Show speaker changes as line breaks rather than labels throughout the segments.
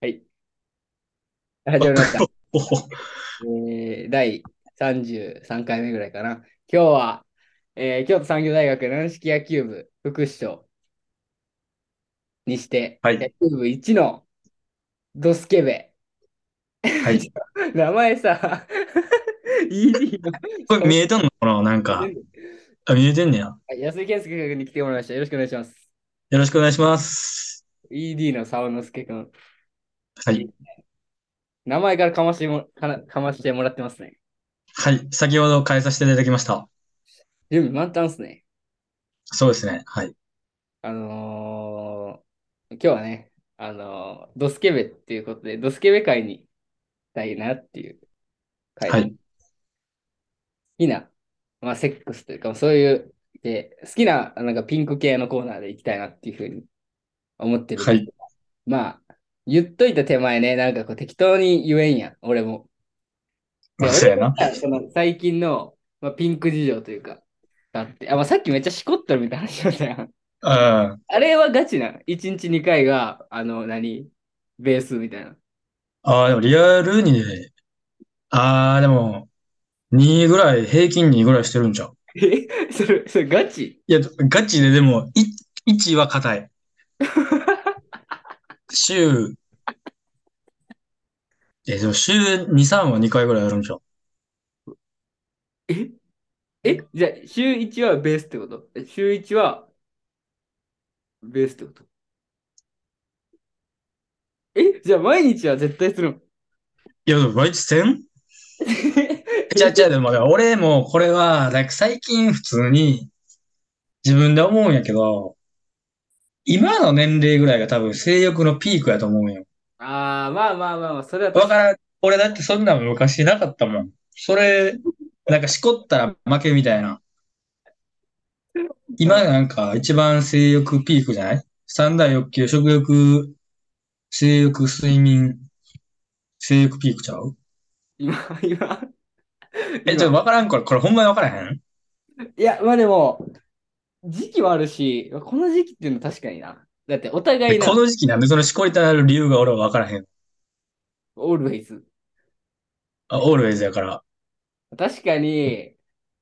はい。始まりま した。
おお、
えー、第33回目ぐらいかな。今日は、えー京都産業大学軟式野球部副主将にして、
はい
野球部1のドスケベ。
はい。
名前さ、ED の
これ見えてんのかななんか。あ、見えてんねや。
はい安井健介君に来てもらいました。よろしくお願いします。
よろしくお願いします。
ED の沢之助君。
はい。
名前からかましてもかなかましてもらってますね。
はい。先ほど変えさせていただきました。
準備満タンっすね。
そうですね。はい。
あのー今日はね、あのードスケベっていうことで、ドスケベ会にしたいなっていう会。
はい
好きな、まあ、セックスというか、そういう、で好きな、なんかピンク系のコーナーで行きたいなっていうふうに思ってる。
はい。
まあ、言っといた手前ね、なんかこう適当に言えんやん、俺も。で
まあ、そうやな。
俺もさその最近の、まあ、ピンク事情というか、だって、あ、まあ、さっきめっちゃしこっとるみたいな話しましたよ。
うん。
あれはガチなの。1日2回が、あの、何ベースみたいな。
ああ、でもリアルに、ああ、でも、2ぐらい、平均2ぐらいしてるんちゃう
え それ、それガチ
いや、ガチででも、1は硬い。週、え、でも週2、3は2回ぐらいやるんちゃう
ええじゃあ、週1はベースってことえ週1は、ベースってことえじゃあ、毎日は絶対する の
いや、でも毎日せんちゃうちゃう、でも、俺もこれは、なんか最近普通に自分で思うんやけど、今の年齢ぐらいが多分性欲のピークやと思うんよ。
ああ、まあまあまあまあ、それは
わ
確か
からん。俺だってそんなん昔なかったもん。それ、なんかしこったら負けみたいな。今なんか一番性欲ピークじゃない三大欲求、食欲、性欲、睡眠、性欲ピークちゃう
に今、今。
え、ちょっとわからんこれ、これほんまにわからへん
いや、まあでも、時期はあるし、この時期っていうのは確かにな。だって、お互い
で
な
こ、の時期なんでそのしこりたなる理由が俺は分からへん。
オールウェイズ。
あ、オールウェイズやから。
確かに、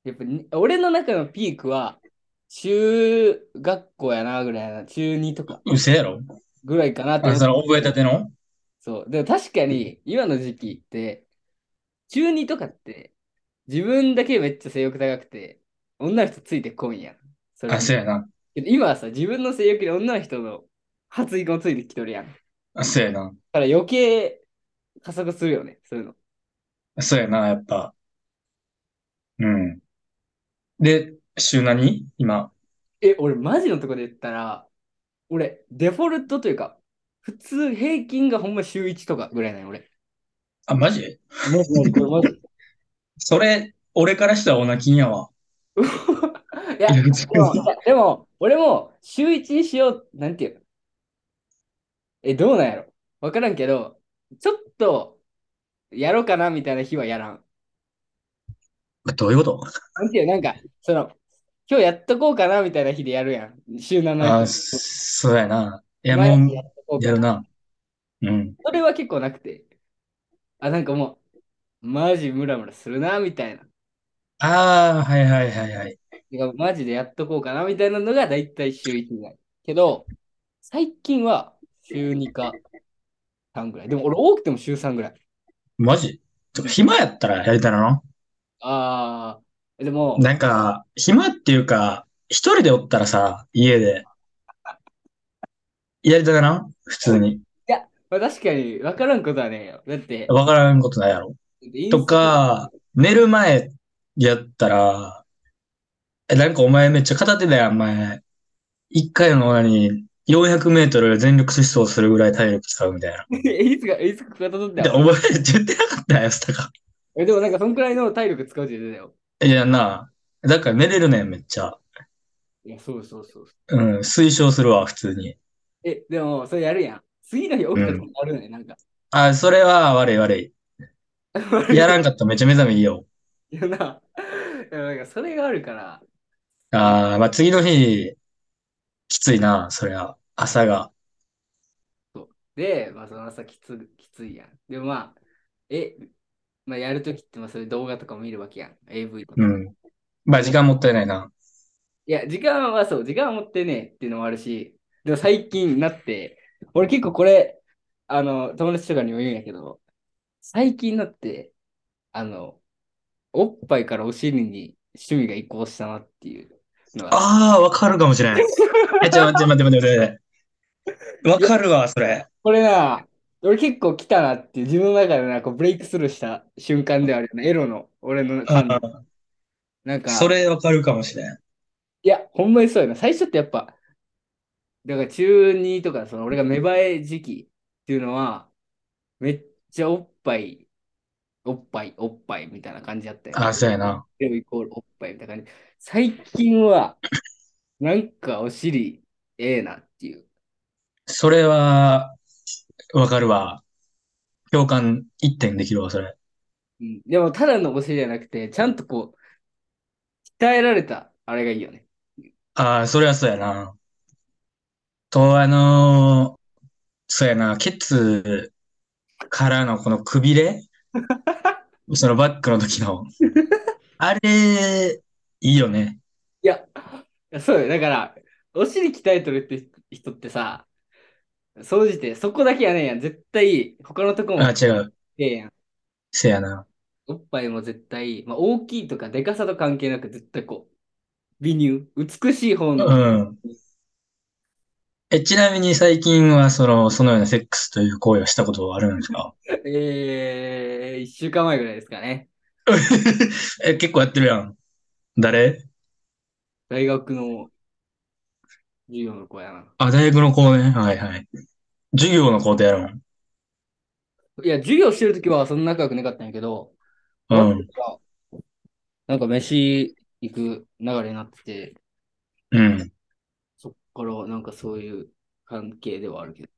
やっぱに俺の中のピークは、中学校やな、ぐらいな、中2とか
うせやろ
ぐらいかなと
あ
思っ
その覚えたての
そう。でも確かに、今の時期って、中2とかって、自分だけめっちゃ性欲高くて、女の人ついてこんやん。それ
あ、そうやな。
けど今はさ、自分の性欲で女の人の発育もついてきとるやん。だ
あ、そうやな。
から余計加速するよね、そういうの。
そうやな、やっぱ。うん。で、週何今。
え、俺マジのとこで言ったら、俺、デフォルトというか、普通平均がほんま週1とかぐらいなんよ、俺。
あ、マジ
マジマ ジこれマジ
それ、俺からしたらオナキンやわ。
いや、
い
で
や普通に
も、いやでも俺も週1にしよう、なんていうのえ、どうなんやろわからんけど、ちょっと、やろうかなみたいな日はやらん。
どういうこと
なんていう、なんか、その、今日やっとこうかなみたいな日でやるやん。週7
あ、
日
そうやな。いや、
毎
も
日やっとこ
う、
うか
や
な
るな。うん。
それは結構なくて。あ、なんかもう、マジムラムラするな、みたいな。
ああ、はいはいはいはい。
てかマジでやっとこうかな、みたいなのが大体週1ぐらい。けど、最近は週2か3ぐらい。でも俺多くても週3ぐらい。
マジちょっと暇やったらやりたいな。
あー、でも、
なんか、暇っていうか、一人でおったらさ、家で。やりたくな普通に。
まあ、確かに分からんことはねえよ。だって、
わからんことないやろ。
インスタ
と、か、寝る前やったら、え、なんかお前めっちゃ片手だよ、お前。一回の裏に400メートル全力疾走するぐらい体力使うみたいな。
えい つか、いつか片取って
で、お前言ってなかったよ、スタカ。
えでもなんかそんくらいの体力使うって言ってたよ。
いやな、だから寝れるねん、めっちゃ。
いや、そうそうそう。
うん、推奨するわ、普通に。
え、でも、それやるやん。次の日起きた時にやるね、なんか。
あ、それは悪い悪い。やらんかったらめっちゃ目覚めいいよ。
いやな。 いやなんかそれがあるから。
ああ、まあ、次の日、きついな、そりゃ、朝が。
で、まあ、その朝きつきついやん。でもまあ、え、まあ、やるときってまあそういう動画とかも見るわけやん。AV とか。
う
い
ん。まあ、時間もったいないな。
や、時間はそう、時間は持ってねえっていうのもあるし、でも最近なって、俺結構これ、あの、友達とかにも言うんやけど、最近なって、あの、おっぱいからお尻に趣味が移行したなっていうのが。
ああ、わかるかもしれん。 え、ちょ、待って待って待って待って。わかるわ、それ。
これな、俺結構来たなっていう自分の中でな、こうブレイクスルーした瞬間ではあるよね。エロの、俺の感度。なんか、
それわかるかもしれん。
いや、ほんまにそうやな。最初ってやっぱ、だから中2とか、その俺が芽生え時期っていうのは、めっちゃおっぱい、おっぱい、おっぱいみたいな感じだったよ。
あ、そうやな。
エロイコールおっぱいみたいな感じ。最近は、なんかお尻、ええなっていう。
それは、わかるわ。共感1点できるわ、それ。
うん、でも、ただのお尻じゃなくて、ちゃんとこう、鍛えられた、あれがいいよね。
ああ、それはそうやな。と、あのーそうやな、ケツからのこのくびれそのバックの時の。あれ、いいよね。
いや、いやそうよ。だから、お尻鍛えとるって人ってさ、総じてそこだけやねんやん。絶対、他のとこも
あ、違う。
ええやん。
せやな。
おっぱいも絶対、まあ、大きいとかでかさと関係なく、絶対こう、美乳、美しい方の、
うん。え、ちなみに最近は、その、そのようなセックスという行為をしたことはあるんですか
えー、一週間前ぐらいですかね。
え、結構やってるやん。誰
大学の授業の子やな。
あ、大学の子ね。はいはい。授業の子とやるん。
いや、授業してるときはそんな仲良くなかったんやけど、
うん。
なんか飯行く流れになってて、
うん。
そっからなんかそういう関係ではあるけど。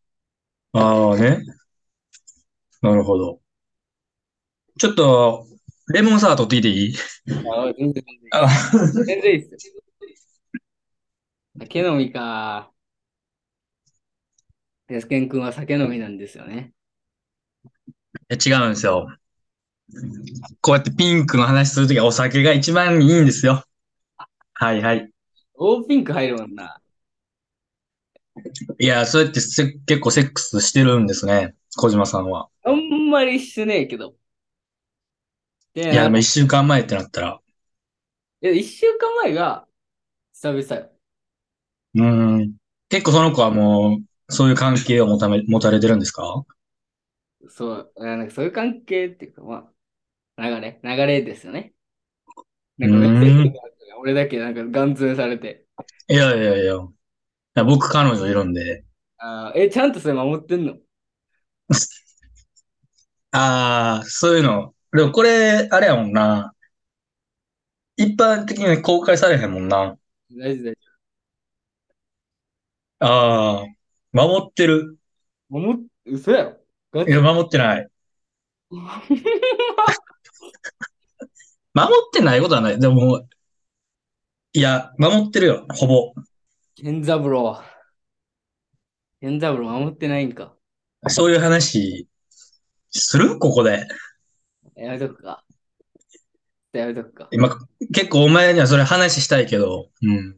ああね。なるほど。ちょっと、レモンサワー取ってきていい
あ全然全然
あ
全然いいっすよ。酒飲みか。安健くんは酒飲みなんですよね。
え違うんですよ。こうやってピンクの話するときはお酒が一番いいんですよ。はいはい。
大ピンク入るもんな。
いや、そうやってせ結構セックスしてるんですね。小島さんは。
あんまりしてねえけど。で
いや、でも
い
一週間前ってなったら。
や一週間前が久々よ。
うーん。結構その子はもう、そういう関係を持ため、持たれてるんですか
そう、あなんかそういう関係っていうか、まあ、流れ、流れですよね。なん
う
か
ーん
別に俺だけなんかガン詰めされて。
いやいやいや。いや僕彼女いるんで。
あーえ、ちゃんとそれ守ってんの
ああ、そういうの。でもこれ、あれやもんな。一般的に公開されへんもんな。
大事だよ。
ああ、守ってる。
守っ、嘘やろ。ガ
い
チ
や、守ってない。守ってないことはない。でも、いや、守ってるよ、ほぼ。
健三郎。健三郎守ってないんか。
そういう話、するここで。
やめとくか。やめとくか。
今、結構お前にはそれ話したいけど、うん。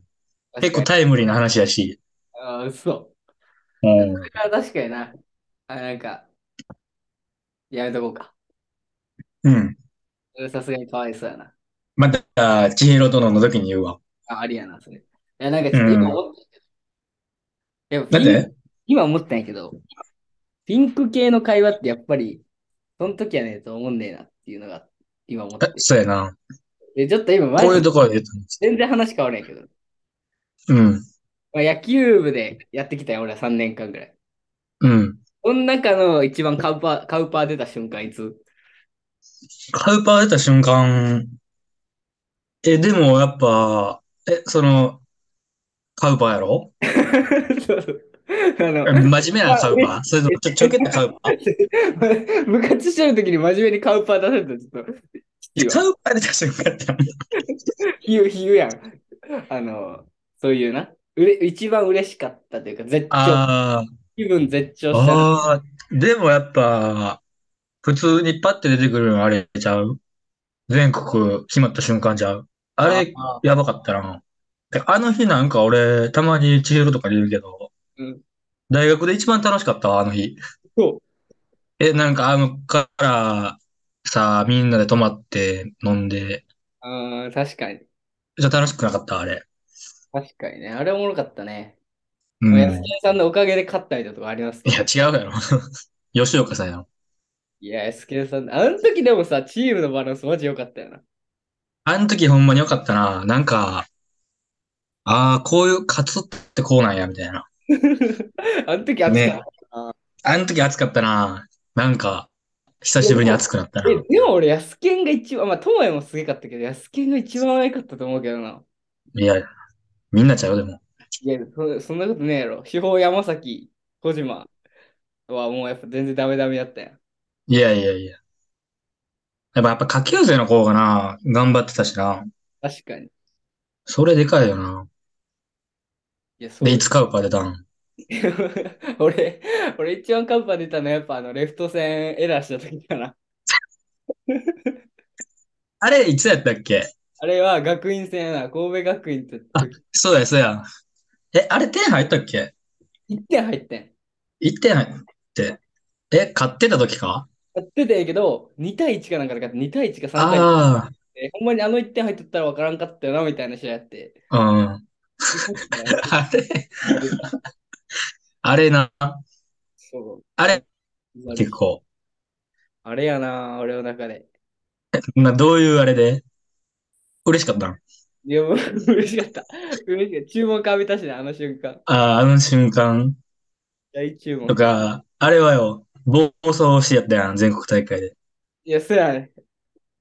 結
確
構
か
タイムリーな話やし。
にあー、嘘。
うん。
それは確かにな。あ、なんか、やめとこうか。
うん。
それさすがにかわいそうやな。
また、千尋殿の時に言うわ。
あ、ありやな、それ。いや、なんかちょっと今思ったんやけど。やっぱ
だっ
ピン
て、
今思ったんやけど、ピンク系の会話ってやっぱり、その時はねえと思んねえなっていうのが今思って
え。そうやな。
で、ちょっと今マジ
こういうところで言ったんです。
全然話変わらんやけど、
うん。
まあ、野球部でやってきたよ、俺は3年間ぐらい。
うん。
その中の一番カウパー、カウパー出た瞬間いつ
カウパー出た瞬間、え、でもやっぱ、え、その、カウパーやろ
そうそうあの、
え真面目なカウパーそれともちょ、ちょけたカウパー
部活してる時に真面目にカウパー出されたらちょっと、比喩
カ
は
ウパー出た瞬間って何
比喩、比喩やん。あの、そういうな。うれ一番嬉しかったというか、絶頂
あ
気分絶頂したな。
ああ、でもやっぱ、普通にパッて出てくるのあれちゃう全国決まった瞬間ちゃうあれ、
あ
やばかったな。てかあの日なんか俺、たまにチゲルとかで言うけど、
うん
大学で一番楽しかったわ、あの日。
そう。
え、なんかあのから、さ、みんなで泊まって飲んで、
あー確かに。
じゃ楽しくなかった、あれ。
確かにね。あれおもろかったね。
うん。
安田さんのおかげで勝ったりだとかありますけ
い
ど。
や、違うやろ。 吉岡さんやろ。
いや、安田さん、あの時でもさ、チームのバランスマジ良かったよな。
あの時ほんまに良かったな。なんか、ああ、こういう、勝つってこうなんや、みたいな。
あの時暑かっ
あの時暑かったな。なんか、久しぶりに暑くなった
た。
な。
えでも俺、安健が一番、まあ、智也もすげかったけど、安健が一番悪かったと思うけどな。
いや、みんなちゃうよ、でも。
いや、そそんなことねえやろ。司法山崎、小島はもうやっぱ全然ダメダメだったやん。
いやいやいや。やっぱ、やっぱ、下級生の子がな、頑張ってたしな。
確かに。い
それでかいよな。
や、そう
で、いつカウパー出たん
俺、俺一番カンパ出たのはやっぱあのレフト線エラーした時かな。
あれ、いつやったっけ
あれは学院戦やな、神戸学院って時
そうや、そうや。え、あれ、点入ったっけ
1点入ってん。
?1 点入って。え、勝ってた時か
やってたんやけど、2対1かなんかで勝って、2対1か3対1
あ
で、ほんまにあの1点入っとったらわからんかったよなみたいな試合や って。
あ、うん。あれ、あれな。
そう
あれ、結構。
あれやな、俺の中で。
な、どういうあれで嬉しかったん
いや、もう嬉しかった。嬉しかった。注目浴びたしね、あの瞬間。
ああ、あの瞬間
大注目
と。か、あれはよ、暴走してやったやん、全国大会で。
いや、そうやね。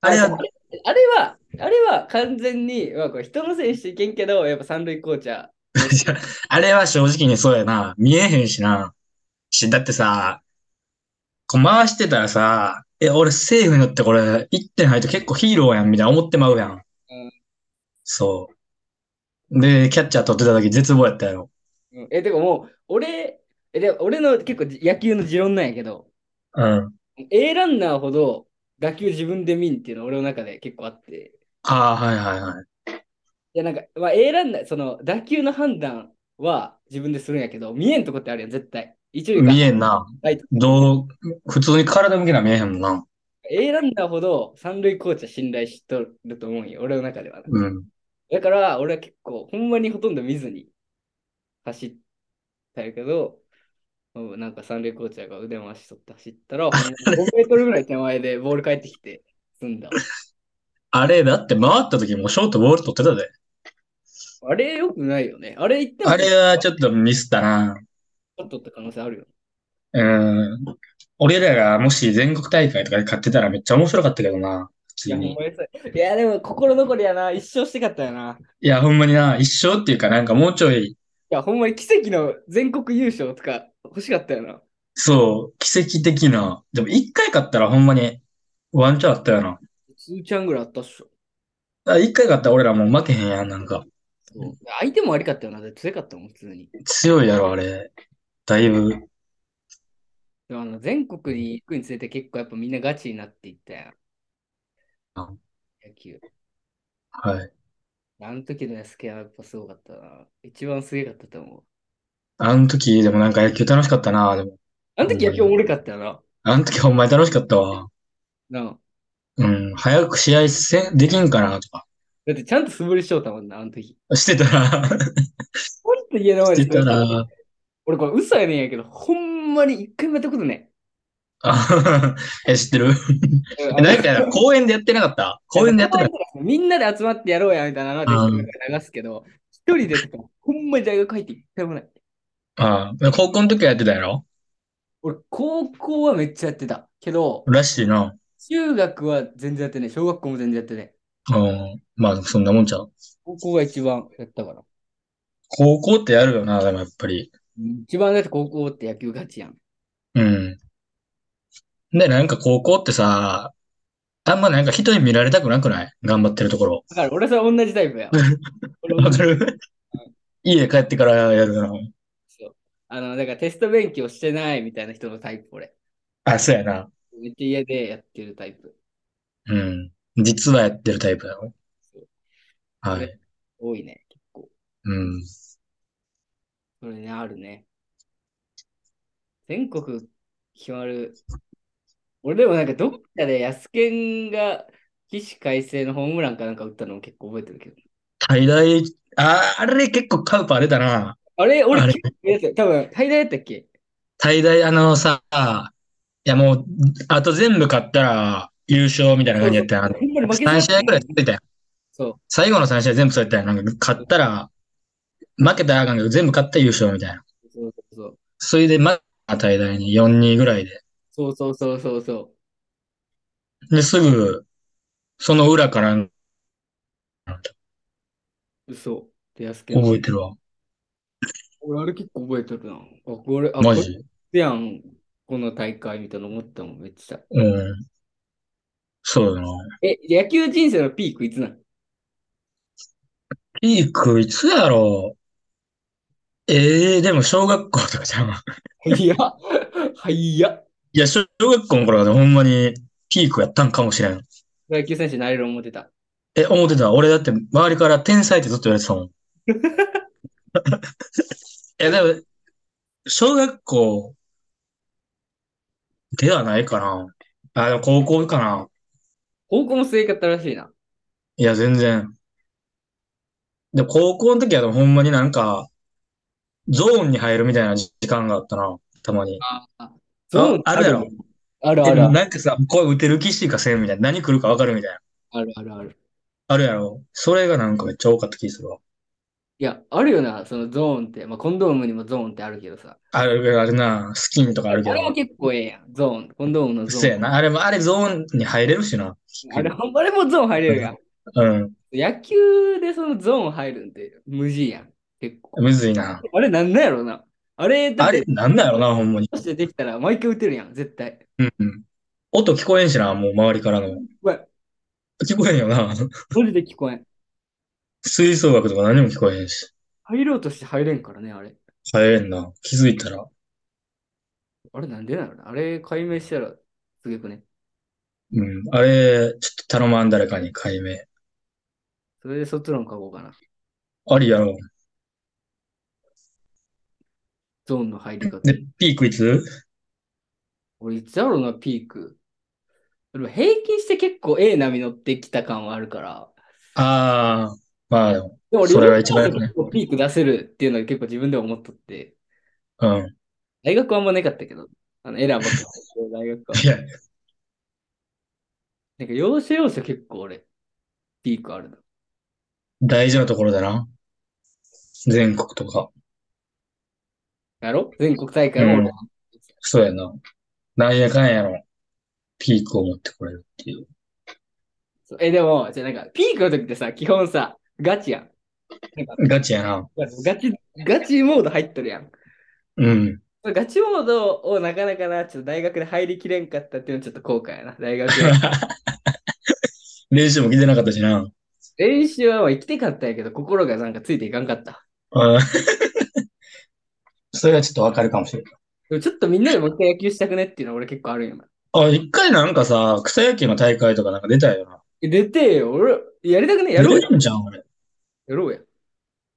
あれ
あ
は、
あれは、あれは完全に、まあ、これ人のせいにしていけんけど、やっぱ三塁コーチ ャー。
あれは正直にそうやな。見えへんしな。し、だってさ、こう回してたらさ、え、俺セーフになってこれ、1点入ると結構ヒーローやん、みたいな思ってまうやん。そう。で、キャッチャー取ってた時絶望やったやろ。
うん、え、てかもう、俺、えで俺の結構じ野球の持論なんやけど、
うん。
A ランナーほど打球自分で見んっていうの俺の中で結構あって、
ああ、はいはいはい。
いやなんか、まあ、A ランナー、その打球の判断は自分でするんやけど、見えんとこってあるやん、絶対。一塁か
見えんな。
はい
どう、普通に体向けな見えへんもんな。
A ランナーほど三塁コーチは信頼しとると思うんよ、俺の中では。
うん。
だから、俺は結構、ほんまにほとんど見ずに走ったんやけど、うんなんか三塁コーチャーが腕回しとって走 ったら、ほんまに5メートルぐらい手前でボール返ってきて、済んだ。
あれ、だって回った時もショートボール取ってたで。
あれよくないよね。あれ行っても
あれはちょっとミスったな。
取っとった可能性あるよ。
うん。俺らがもし全国大会とかで勝ってたらめっちゃ面白かったけどな。
い
普通
や、ほん
に。
まにそういや、でも心残りやな。一生してかったよな。
いや、ほんまにな、一生っていうかなんかもうちょい、
いや、ほんまに奇跡の全国優勝とか欲しかったよな。
そう、奇跡的な。でも一回勝ったらほんまにワンチャンあったよな。
ツーちゃんぐらいあったっしょ。
あ一回勝ったら俺らもう負けへんやん、なんか。うん
相手もありかったよな。だって強かったもん、普通に。
強いやろ、あれ。だいぶ。
でもあの全国に行くにつれて結構やっぱみんなガチになっていったやん。
あ
野球。
はい。
あの時の安家はやっぱすごかったな。一番すげかったと思う。
あの時でもなんか野球楽しかったな、でも。
あの時野球おもろかったよ
あの時ほんまに楽しかったわ。
な。なあ
うん、早く試合せん、できんかなとか。
だってちゃんと素振りしようたもんな、あの時。
してたら、
ほんと家の前
し
で
てたら、
俺これ嘘やねんやけど、ほんまに一回もやったことない。
あ え、知ってるえなんか公園でやってなかった公園でやってなかっ
みんなで集まってやろうやみたいなのはで流すけど、一人でとか、ほんまに大学入って一回もない。
たああ高校の時はやってたやろ
俺、高校はめっちゃやってたけど、
らしいな。
中学は全然やってない。小学校も全然やってない。
うん。まあ、そんなもんちゃう。
高校が一番やったから。
高校ってやるよな、でもやっぱり。
一番だって高校って野球ガチやん。
うん。で、なんか高校ってさ、あんまなんか人に見られたくなくない頑張ってるところ。
だから俺はそれ同 じタイプや。俺
わ
同
か
じ
る家帰ってからやるな。
そうあの、だからテスト勉強してないみたいな人のタイプ、俺。
あ、そうやな。
めっちゃ家でやってるタイプ。
うん。実はやってるタイプだろ。は
ね
い。
多いね、結構。
うん。
それね、あるね。全国決まる。俺でもなんかどっかで安健が起死回生のホームランかなんか打ったのも結構覚えてるけど。
大大、あ、あれ結構カウパー出たな。
あれ俺
あれ
結構やった多分、大大やったっけ
大大、あのさ、いやもう、あと全部勝ったら優勝みたいな感じやったやん。
ほんまに負けそう
3試合くらい続いたやん。
そう。
最後の3試合全部そうやったやん。なんか勝ったら、負けたらあかんけど全部勝ったら優勝みたいな。
そうそうそう。
それで、まあ、大大に4-2ぐらいで。
そうそうそうそうそう。
で、すぐ、その裏から
嘘。で、安健。
覚えてるわ。
俺、あれ結構覚えてるな。あ、これ、あ、
マ
こ
ジ。
れやん。この大会みたいなの思ったもん、めっちゃ。
うん。そうだな。
え、野球人生のピークいつなの
ピークいつやろうええでも小学校とかじゃん。
いや、はいや。
いや、小小学校の頃はねほんまにピークやったんかもしれん。
野球選手になれる思ってた。
え、思ってた。俺だって周りから天才ってずっと言われてたもん。 いや、でも、小学校ではないかな。あ、でも高校かな。
高校も強かったらしいな。
いや、全然。で、高校の時はでもほんまになんか、ゾーンに入るみたいな時間があったな。たまに。
ゾーン
ああるやろ
あるあ
え、
るある
なんかさ、声打てる気しかせんみたいな。何来るかわかるみたいな。
あるあるある。
あるやろ。それがなんかめっちゃ多かった気するわ。
いや、あるよな、そのゾーンって。まあ、コンドームにもゾーンってあるけどさ。
ある、あるな。スキンとかあ
あ
るけど。
れも結構ええやん、ゾーン。コンドームのゾ
そう
ー
や
ン。
な。あれも、あれゾーンに入れるしな。
あれ、あれもゾーン入れるやん。
うん。
野球でそのゾーン入るんって無事やん。結構。
むずいな。
あれなんなんやろな。あれだ
あ
っ
れ
て、、
なんだろうな、ほんまに。
もしできたら毎回打てるやん、絶対。
うんうん。音聞こえんしな、もう周りからの。
うわ、
聞こえんよな。
マジで聞こえん。
吹奏楽とか何も聞こえへんし。
入ろうとして入れんからね、あれ。
入れんな。気づいたら。
あれなんでなのあれ解明したらすげくね。
うん。あれ、ちょっと頼まん誰かに解明。
それで卒論書こうかな。
ありやろ。
ゾーンの入り方。
で、ピークいつ
俺、いつやろうな、ピーク。でも平均して結構 A 波乗ってきた感はあるから。
あー、まあでも、
でも
それが一番や
両
ね
方ともピーク出せるっていうのは結構自分でも思っとって。
うん。
大学はあんまなかったけど。あのエラーばっかり。大学は。
いや、
なんか要所要所結構俺、ピークあるの。
大事なところだな。全国とか。
やろ全国大会も俺、
うんそうやな。なんやかんやの、ピークを持ってこれるっていう。
そうえ、でも、じゃあなんか、ピークの時ってさ、基本さ、ガチやん。
ガチやな。
ガチ、ガチモード入っとるやん。
うん。
ガチモードをなかなかな、ちょっと大学で入りきれんかったっていうのはちょっと後悔やな。大学
練習も来てなかったしな。
練習は生きてかったんやけど、心がなんかついていかんかった。
うん それはちょっとわかるかもしれない。
でもちょっとみんなでもう一回野球したくねっていうのは俺結構あるんよな。
あ、一回なんかさ、草野球の大会とかなんか出たよな。
え出てよ、俺、やりたくねや
や
ろ
ろ
う
う
や。
んじゃん、俺。
やろうや。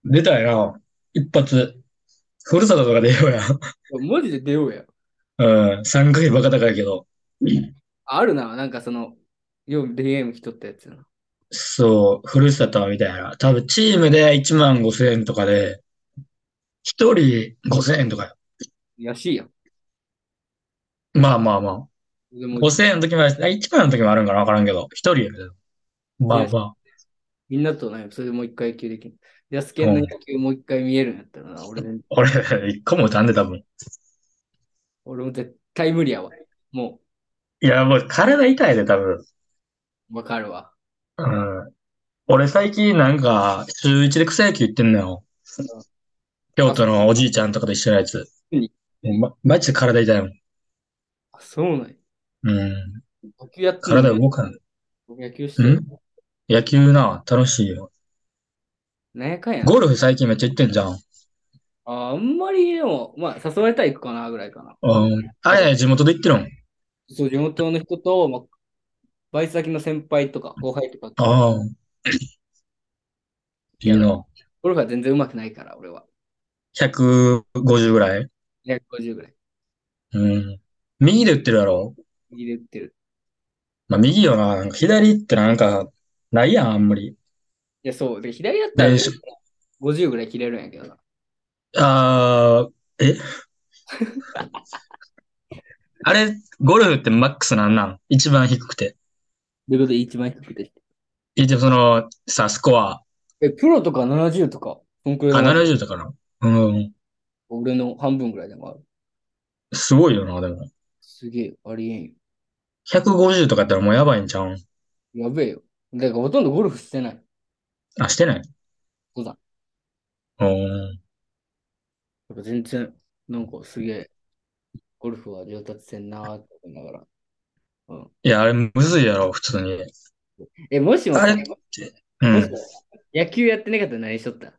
出たよな。一発。ふるさととか出ようや。
マジで出ようや。
うん。3回バカ高いけど。
あるな、なんかその、よう DM 来とったやつやな。
そう、ふるさとみたいな。多分チームで1万5千円とかで、一人5千円とかよ。
安いやん。
まあまあまあ。
でも
5000円の時もあるし、あ1万の時もあるんかなわからんけど、一人やけど。まあまあ。
みんなとね、それでもう一回野球できる。安健の野球もう一回見えるんやったらな、俺も
俺、一個も歌んで多分。
俺も絶対無理やわ。も
いや、もう体痛いで多分。
う、わかるわ。
うん。俺最近なんか、週一で草野球行ってんのよ。京都のおじいちゃんとかと一緒のやつ。
うん
もうま、マジで体痛いもん。
あ、そうなんや。
うん。
野球やってる
体動かん。
野球してる
ん。野球な、楽しいよ。
なんやかんやな。
ゴルフ最近めっちゃ行ってんじゃん。
ああんまりでも、まあ、誘われたら行くかな、ぐらいかな。
うん。あれ、地元で行ってるん
そう、地元の人と、まあ、バイト先の先輩とか、後輩とか、
ああ。いいな。
ゴルフは全然上手くないから、俺は。
150ぐらい
150ぐらい。
うん。右で打ってるやろ
右で打ってる。
まあ、右よな。なんか左ってなんか、ないやん、あんまり。
いや、そう。で、左だったら
でしょ
50ぐらい切れるんやけどな。
あー、え あれ、ゴルフってマックスなんなん一番低くて。
ということで、一番低くて。
え、じゃあその、さ、スコア、
え、プロとか70とか、そんく
あ、
らいの
70だから。うん。
俺の半分ぐらいでもある。
すごいよな、でも。
すげえ、ありえんよ。
150とかやったらもうやばいんちゃうん
やべえよ。だからほとんどゴルフしてない。
あ、してない
そうだ。
うん。
やっぱ全然、なんかすげえ、ゴルフは上達せんなーって思いながら。
いや、あれ、むずいやろ、普通に。
え、もしも
あ
さ、
れ
もし
う
も
ん。
野球やってなかったら何しとった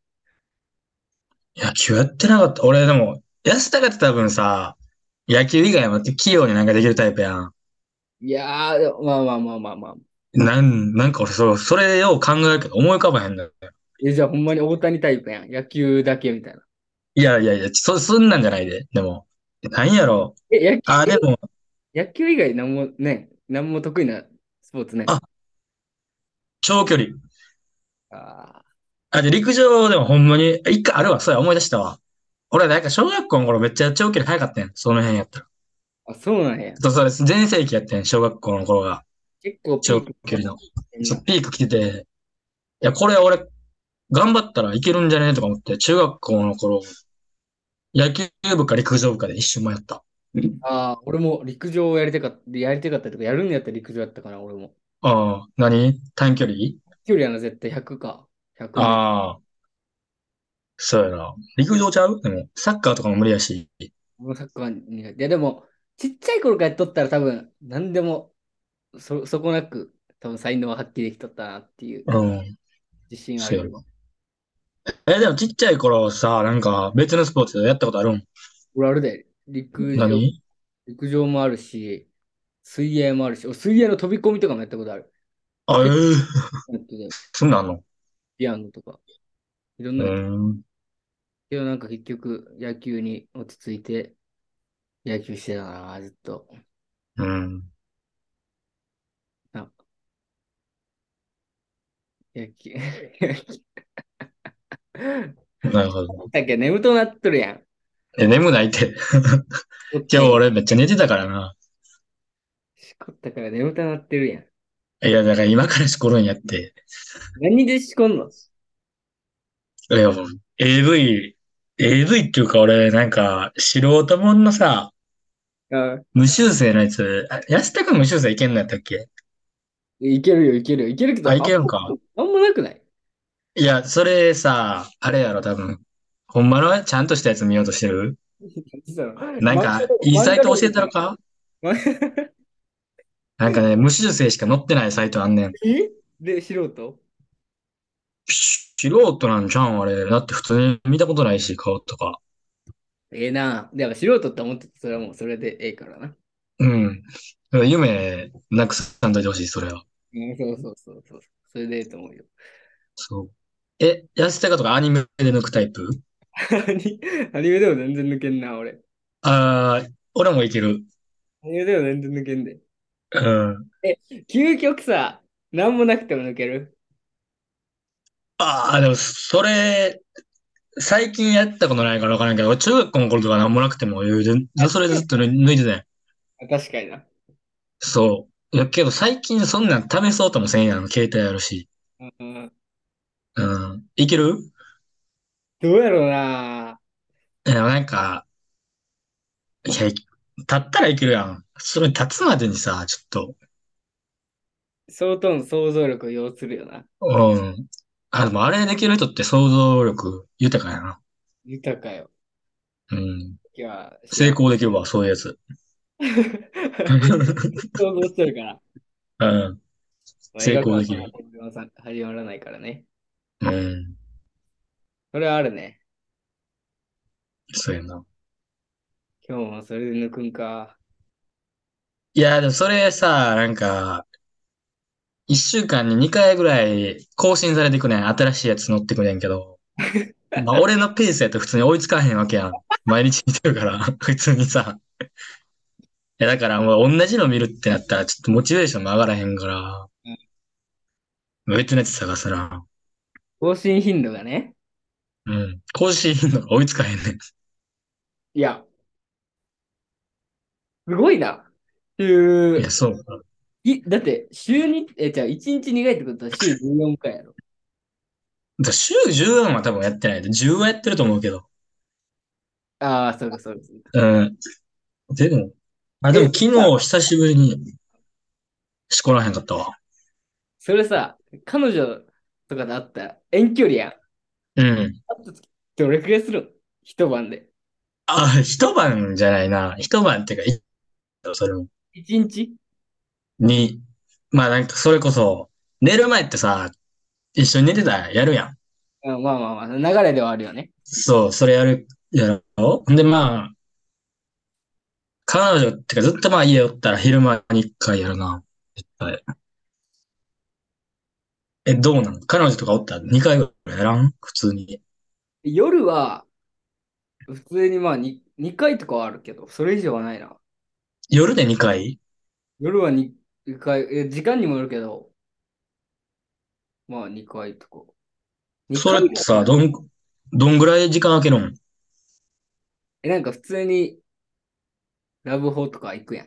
野球やってなかった。俺、でも、安田がって多分さ、野球以外も器用になんかできるタイプやん。
いやー、でもまあまあまあまあまあ。
なん、なんか俺、そう、それを考えるけど思い浮かばへんだよ。
え、じゃあほんまに大谷タイプやん。野球だけみたいな。
いやいやいや、そ、そんなんじゃないで。でも、なんやろ。
え、野球、
あ、でも、
野球以外なんもね、なんも得意なスポーツね。
あ長距離。
あ
あ、で、陸上でもほんまに、一回あるわ、そうや、思い出したわ。俺、なんか小学校の頃めっちゃ長距離速かったんやその辺やったら。
ーあ、そうなんや。
そう、それ、全盛期やってん、小学校の頃が。
結構ピ
長
ーク
距離の。
うん
そう、ピーク来てて。いや、これ俺、頑張ったらいけるんじゃねとか思って、中学校の頃、野球部か陸上部かで一瞬迷った。
ああ、俺も陸上をやりたかった、やりたかったとか、やるんやったら陸上やったかな、俺も。
ああ、何短距離
距離はな、絶対100か。100。
ああ、そうやな。陸上ちゃうでも、サッカーとかも無理やし。
俺もサッカー苦手。いや、でも、ちっちゃい頃からやっとったら多分、何でも、そ、そこなく、多分才能は発揮できとったなっていう
うん。
自信はあ
そうや
る。
な。え、でもちっちゃい頃さ、なんか別のスポーツやったことあるん
俺あれで、陸上、
何
陸上もあるし、水泳もあるし、俺水泳の飛び込みとかもやったことある。
あ、ええ
なんていうの
そんなんあんの
ピアノとか。いろんな、
うん。
けどなんか結局、野球に落ち着いて、野球してたな、ずっと。
うん。
野球。
なるほど。
だっけ眠 となっとるやん。
え、眠ないって。 今日俺めっちゃ寝てたからな。
しこったから眠たなってるやん。
いや、だから今からしこるんやって。
何でしこんの
いや、もう AV、AV っていうか俺、なんか、素人もんのさ、
あ
無修正のやつ、あ安田君無修正いけんのやったっけ
いけるよ、いけるよ。いけるけど、
あいけるんか
あんまなくない
いや、それさ、あれやろ、多分。ほんまのちゃんとしたやつ見ようとしてるなんか、いいサイト教えたの
ら
かなんかね、無修正しか載ってないサイトあんねん。
えで、素人
し素人なんじゃうん、あれ。だって普通に見たことないし、顔とか。
ええな。でも素人って思ってたそれはもうそれでええからな。
うん。だから夢なくさんといてほしい、それは。
うん、そうそうそうそう。それでええと思うよ。
そう。え、安田かとかアニメで抜くタイプ
アニアニメでも全然抜けんな、俺。
あー、俺もいける。
アニメでも全然抜けんで。
うん。
究極さ、なんもなくても抜ける
ああ、でも、それ、最近やったことないから分からんけど、中学校の頃とかなんもなくても余裕で、それずっと抜いてたやん。
あ確かにな。
そう。いや、けど最近そんなん試そうともせんやん。携帯あるし。
うん、
うん。いける
どうやろうな。
いや、なんか、いや、立ったらいけるやん。それ立つまでにさ、ちょっ
相当の想像力を要するよな。
と、うん。あ、でもあれできる人って想像力豊かやな。
豊かよ。
うん。
いや、
成功できるわ、そういうやつ。
想像してるから。
うん。成功できる
まあ。映画館は始まらないからね。
うん。
それはあるね。
そうやな。
今日もそれで抜くんか。
いや、でもそれさ、なんか、一週間に二回ぐらい更新されてくねん。新しいやつ乗ってくれんけど。まあ、俺のペースやと普通に追いつかへんわけやん。毎日見てるから、 普通にさ。いや、だからもう同じの見るってなったら、ちょっとモチベーションも上がらへんから、別のやつ探すな。
更新頻度がね。
うん。更新頻度が追いつかへんねん。
いや。すごいな。週
いや、そうか。
い、だって、週に、え、じゃあ、1日2回ってことは週14回やろ。
だから週14は多分やってないで、10はやってると思うけど。
ああ、そうか、そうか。そうか
うん。でも、あ、でも昨日久しぶりに、しこらへんかったわ。
それさ、彼女とかで会ったら遠距離やん。
うん。
どれくらいするの一晩で。
あ、一晩じゃないな。一晩っていうか、いそれも。
1日
に、まあなんかそれこそ、寝る前ってさ、一緒に寝てたらやるやん。
うん、まあまあまあ、流れではあるよね。
そう、それやる、やろんでまあ、彼女ってかずっとまあ家おったら昼間に一回やるな。絶対。え、どうなの彼女とかおったら二回ぐらいやらん普通に。
夜は、普通にまあに2回とかはあるけど、それ以上はないな。
夜で二回
夜は 2, 回、え、時間にもよるけど、まあ2回とか。二
それっ
回
てさ、どん、どんぐらい時間空けるん
え、なんか普通に、ラブホとか行くやん。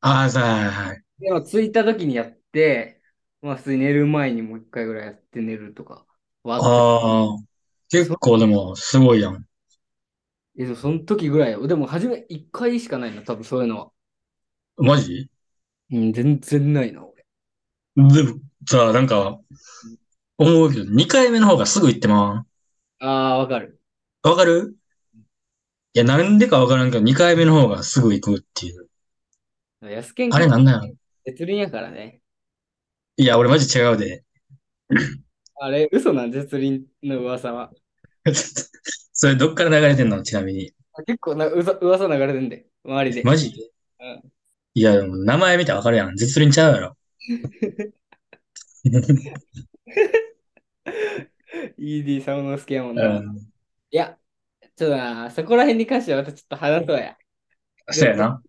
ああ、さはいはいはい。
でも着いた時にやって、まあ普通に寝る前にもう一回ぐらいやって寝るとかはあっ
ああ、結構でもすごいやん。
て、え、でもその時ぐらいよ。でも初め一回しかないな、多分そういうのは。
マジ
うん、全然ないな、俺。
でもさ、なんか、思うけど、2回目の方がすぐ行ってま
ああ、わかる。
うわかるいや、なんでかわからんけど、2回目の方がすぐ行くっていう。
安健
あれなんなんやろ
絶倫やからね。
いや、俺マジ違うで。
あれ、嘘なん、絶倫の噂は。
それどっから流れてんのちなみに。
結構な、うざ噂流れてんで、周りで。
マジで
うん
いや、でも名前見たらわかるやん。絶倫ちゃうや ろ。
ED サムノスケやもん
う
な。
ん。
いや、ちょっとな、そこら辺に関してはまたちょっと話そうや。
そうやな。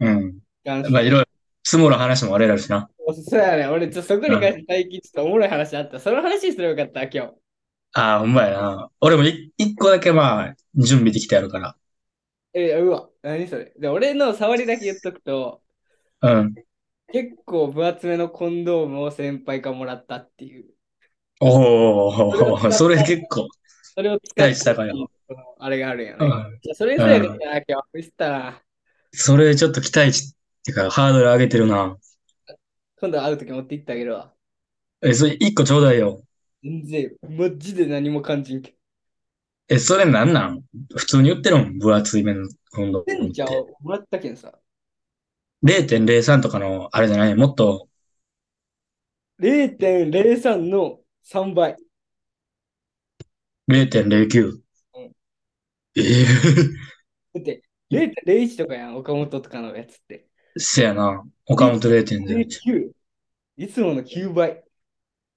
うん。
元
まあ、いろいろ、積もる話もあれやるしな。
そうやね、俺、ちょそこに関して最近ちょっとおもろい話あった。その話すればよかった、今日。
ああ、ほんまやな。俺もい一個だけまあ、準備できてやるか
え、うわ、何それ。で、俺の触りだけ言っとくと、
ら。うん。
結構分厚めのコンドームを先輩からもらったっていう。
おお、それ結構、
それを使っ
大
て、
したかよ。
そのあれがあるよ
う
ね。
ん
じゃあそれさえでな、今日、ミスったな。
それちょっと期待値っていうか、ハードル上げてるな。
今度会うとき持って行ってあげるわ。
え、それ一個ちょうだいよ。
全然、マジで何も感じんけど。
え、それなんなん普通に売ってるもん。分厚い面のコンドームっ
じゃあ
て。、
もらったけんさ。
0.03とかの、あれじゃないもっと、
0.03の3倍。
0.09
うん。
ええ
だって、0.01とかやん、岡本とかのやつって。
せやな。岡本0.09。
9いつもの9倍。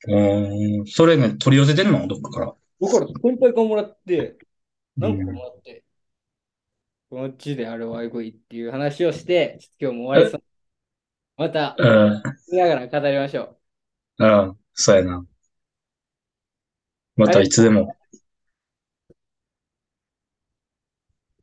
うーん。それね、取り寄せてんのどっかから。
だから、先輩からもらって、何個
う
か
ん
もらって、こっちであれはエゴいっていう話をして、ちょっと今日も終わりそう。また、
うん。
見ながら語りましょう。
うん。そうやな。またいつでも。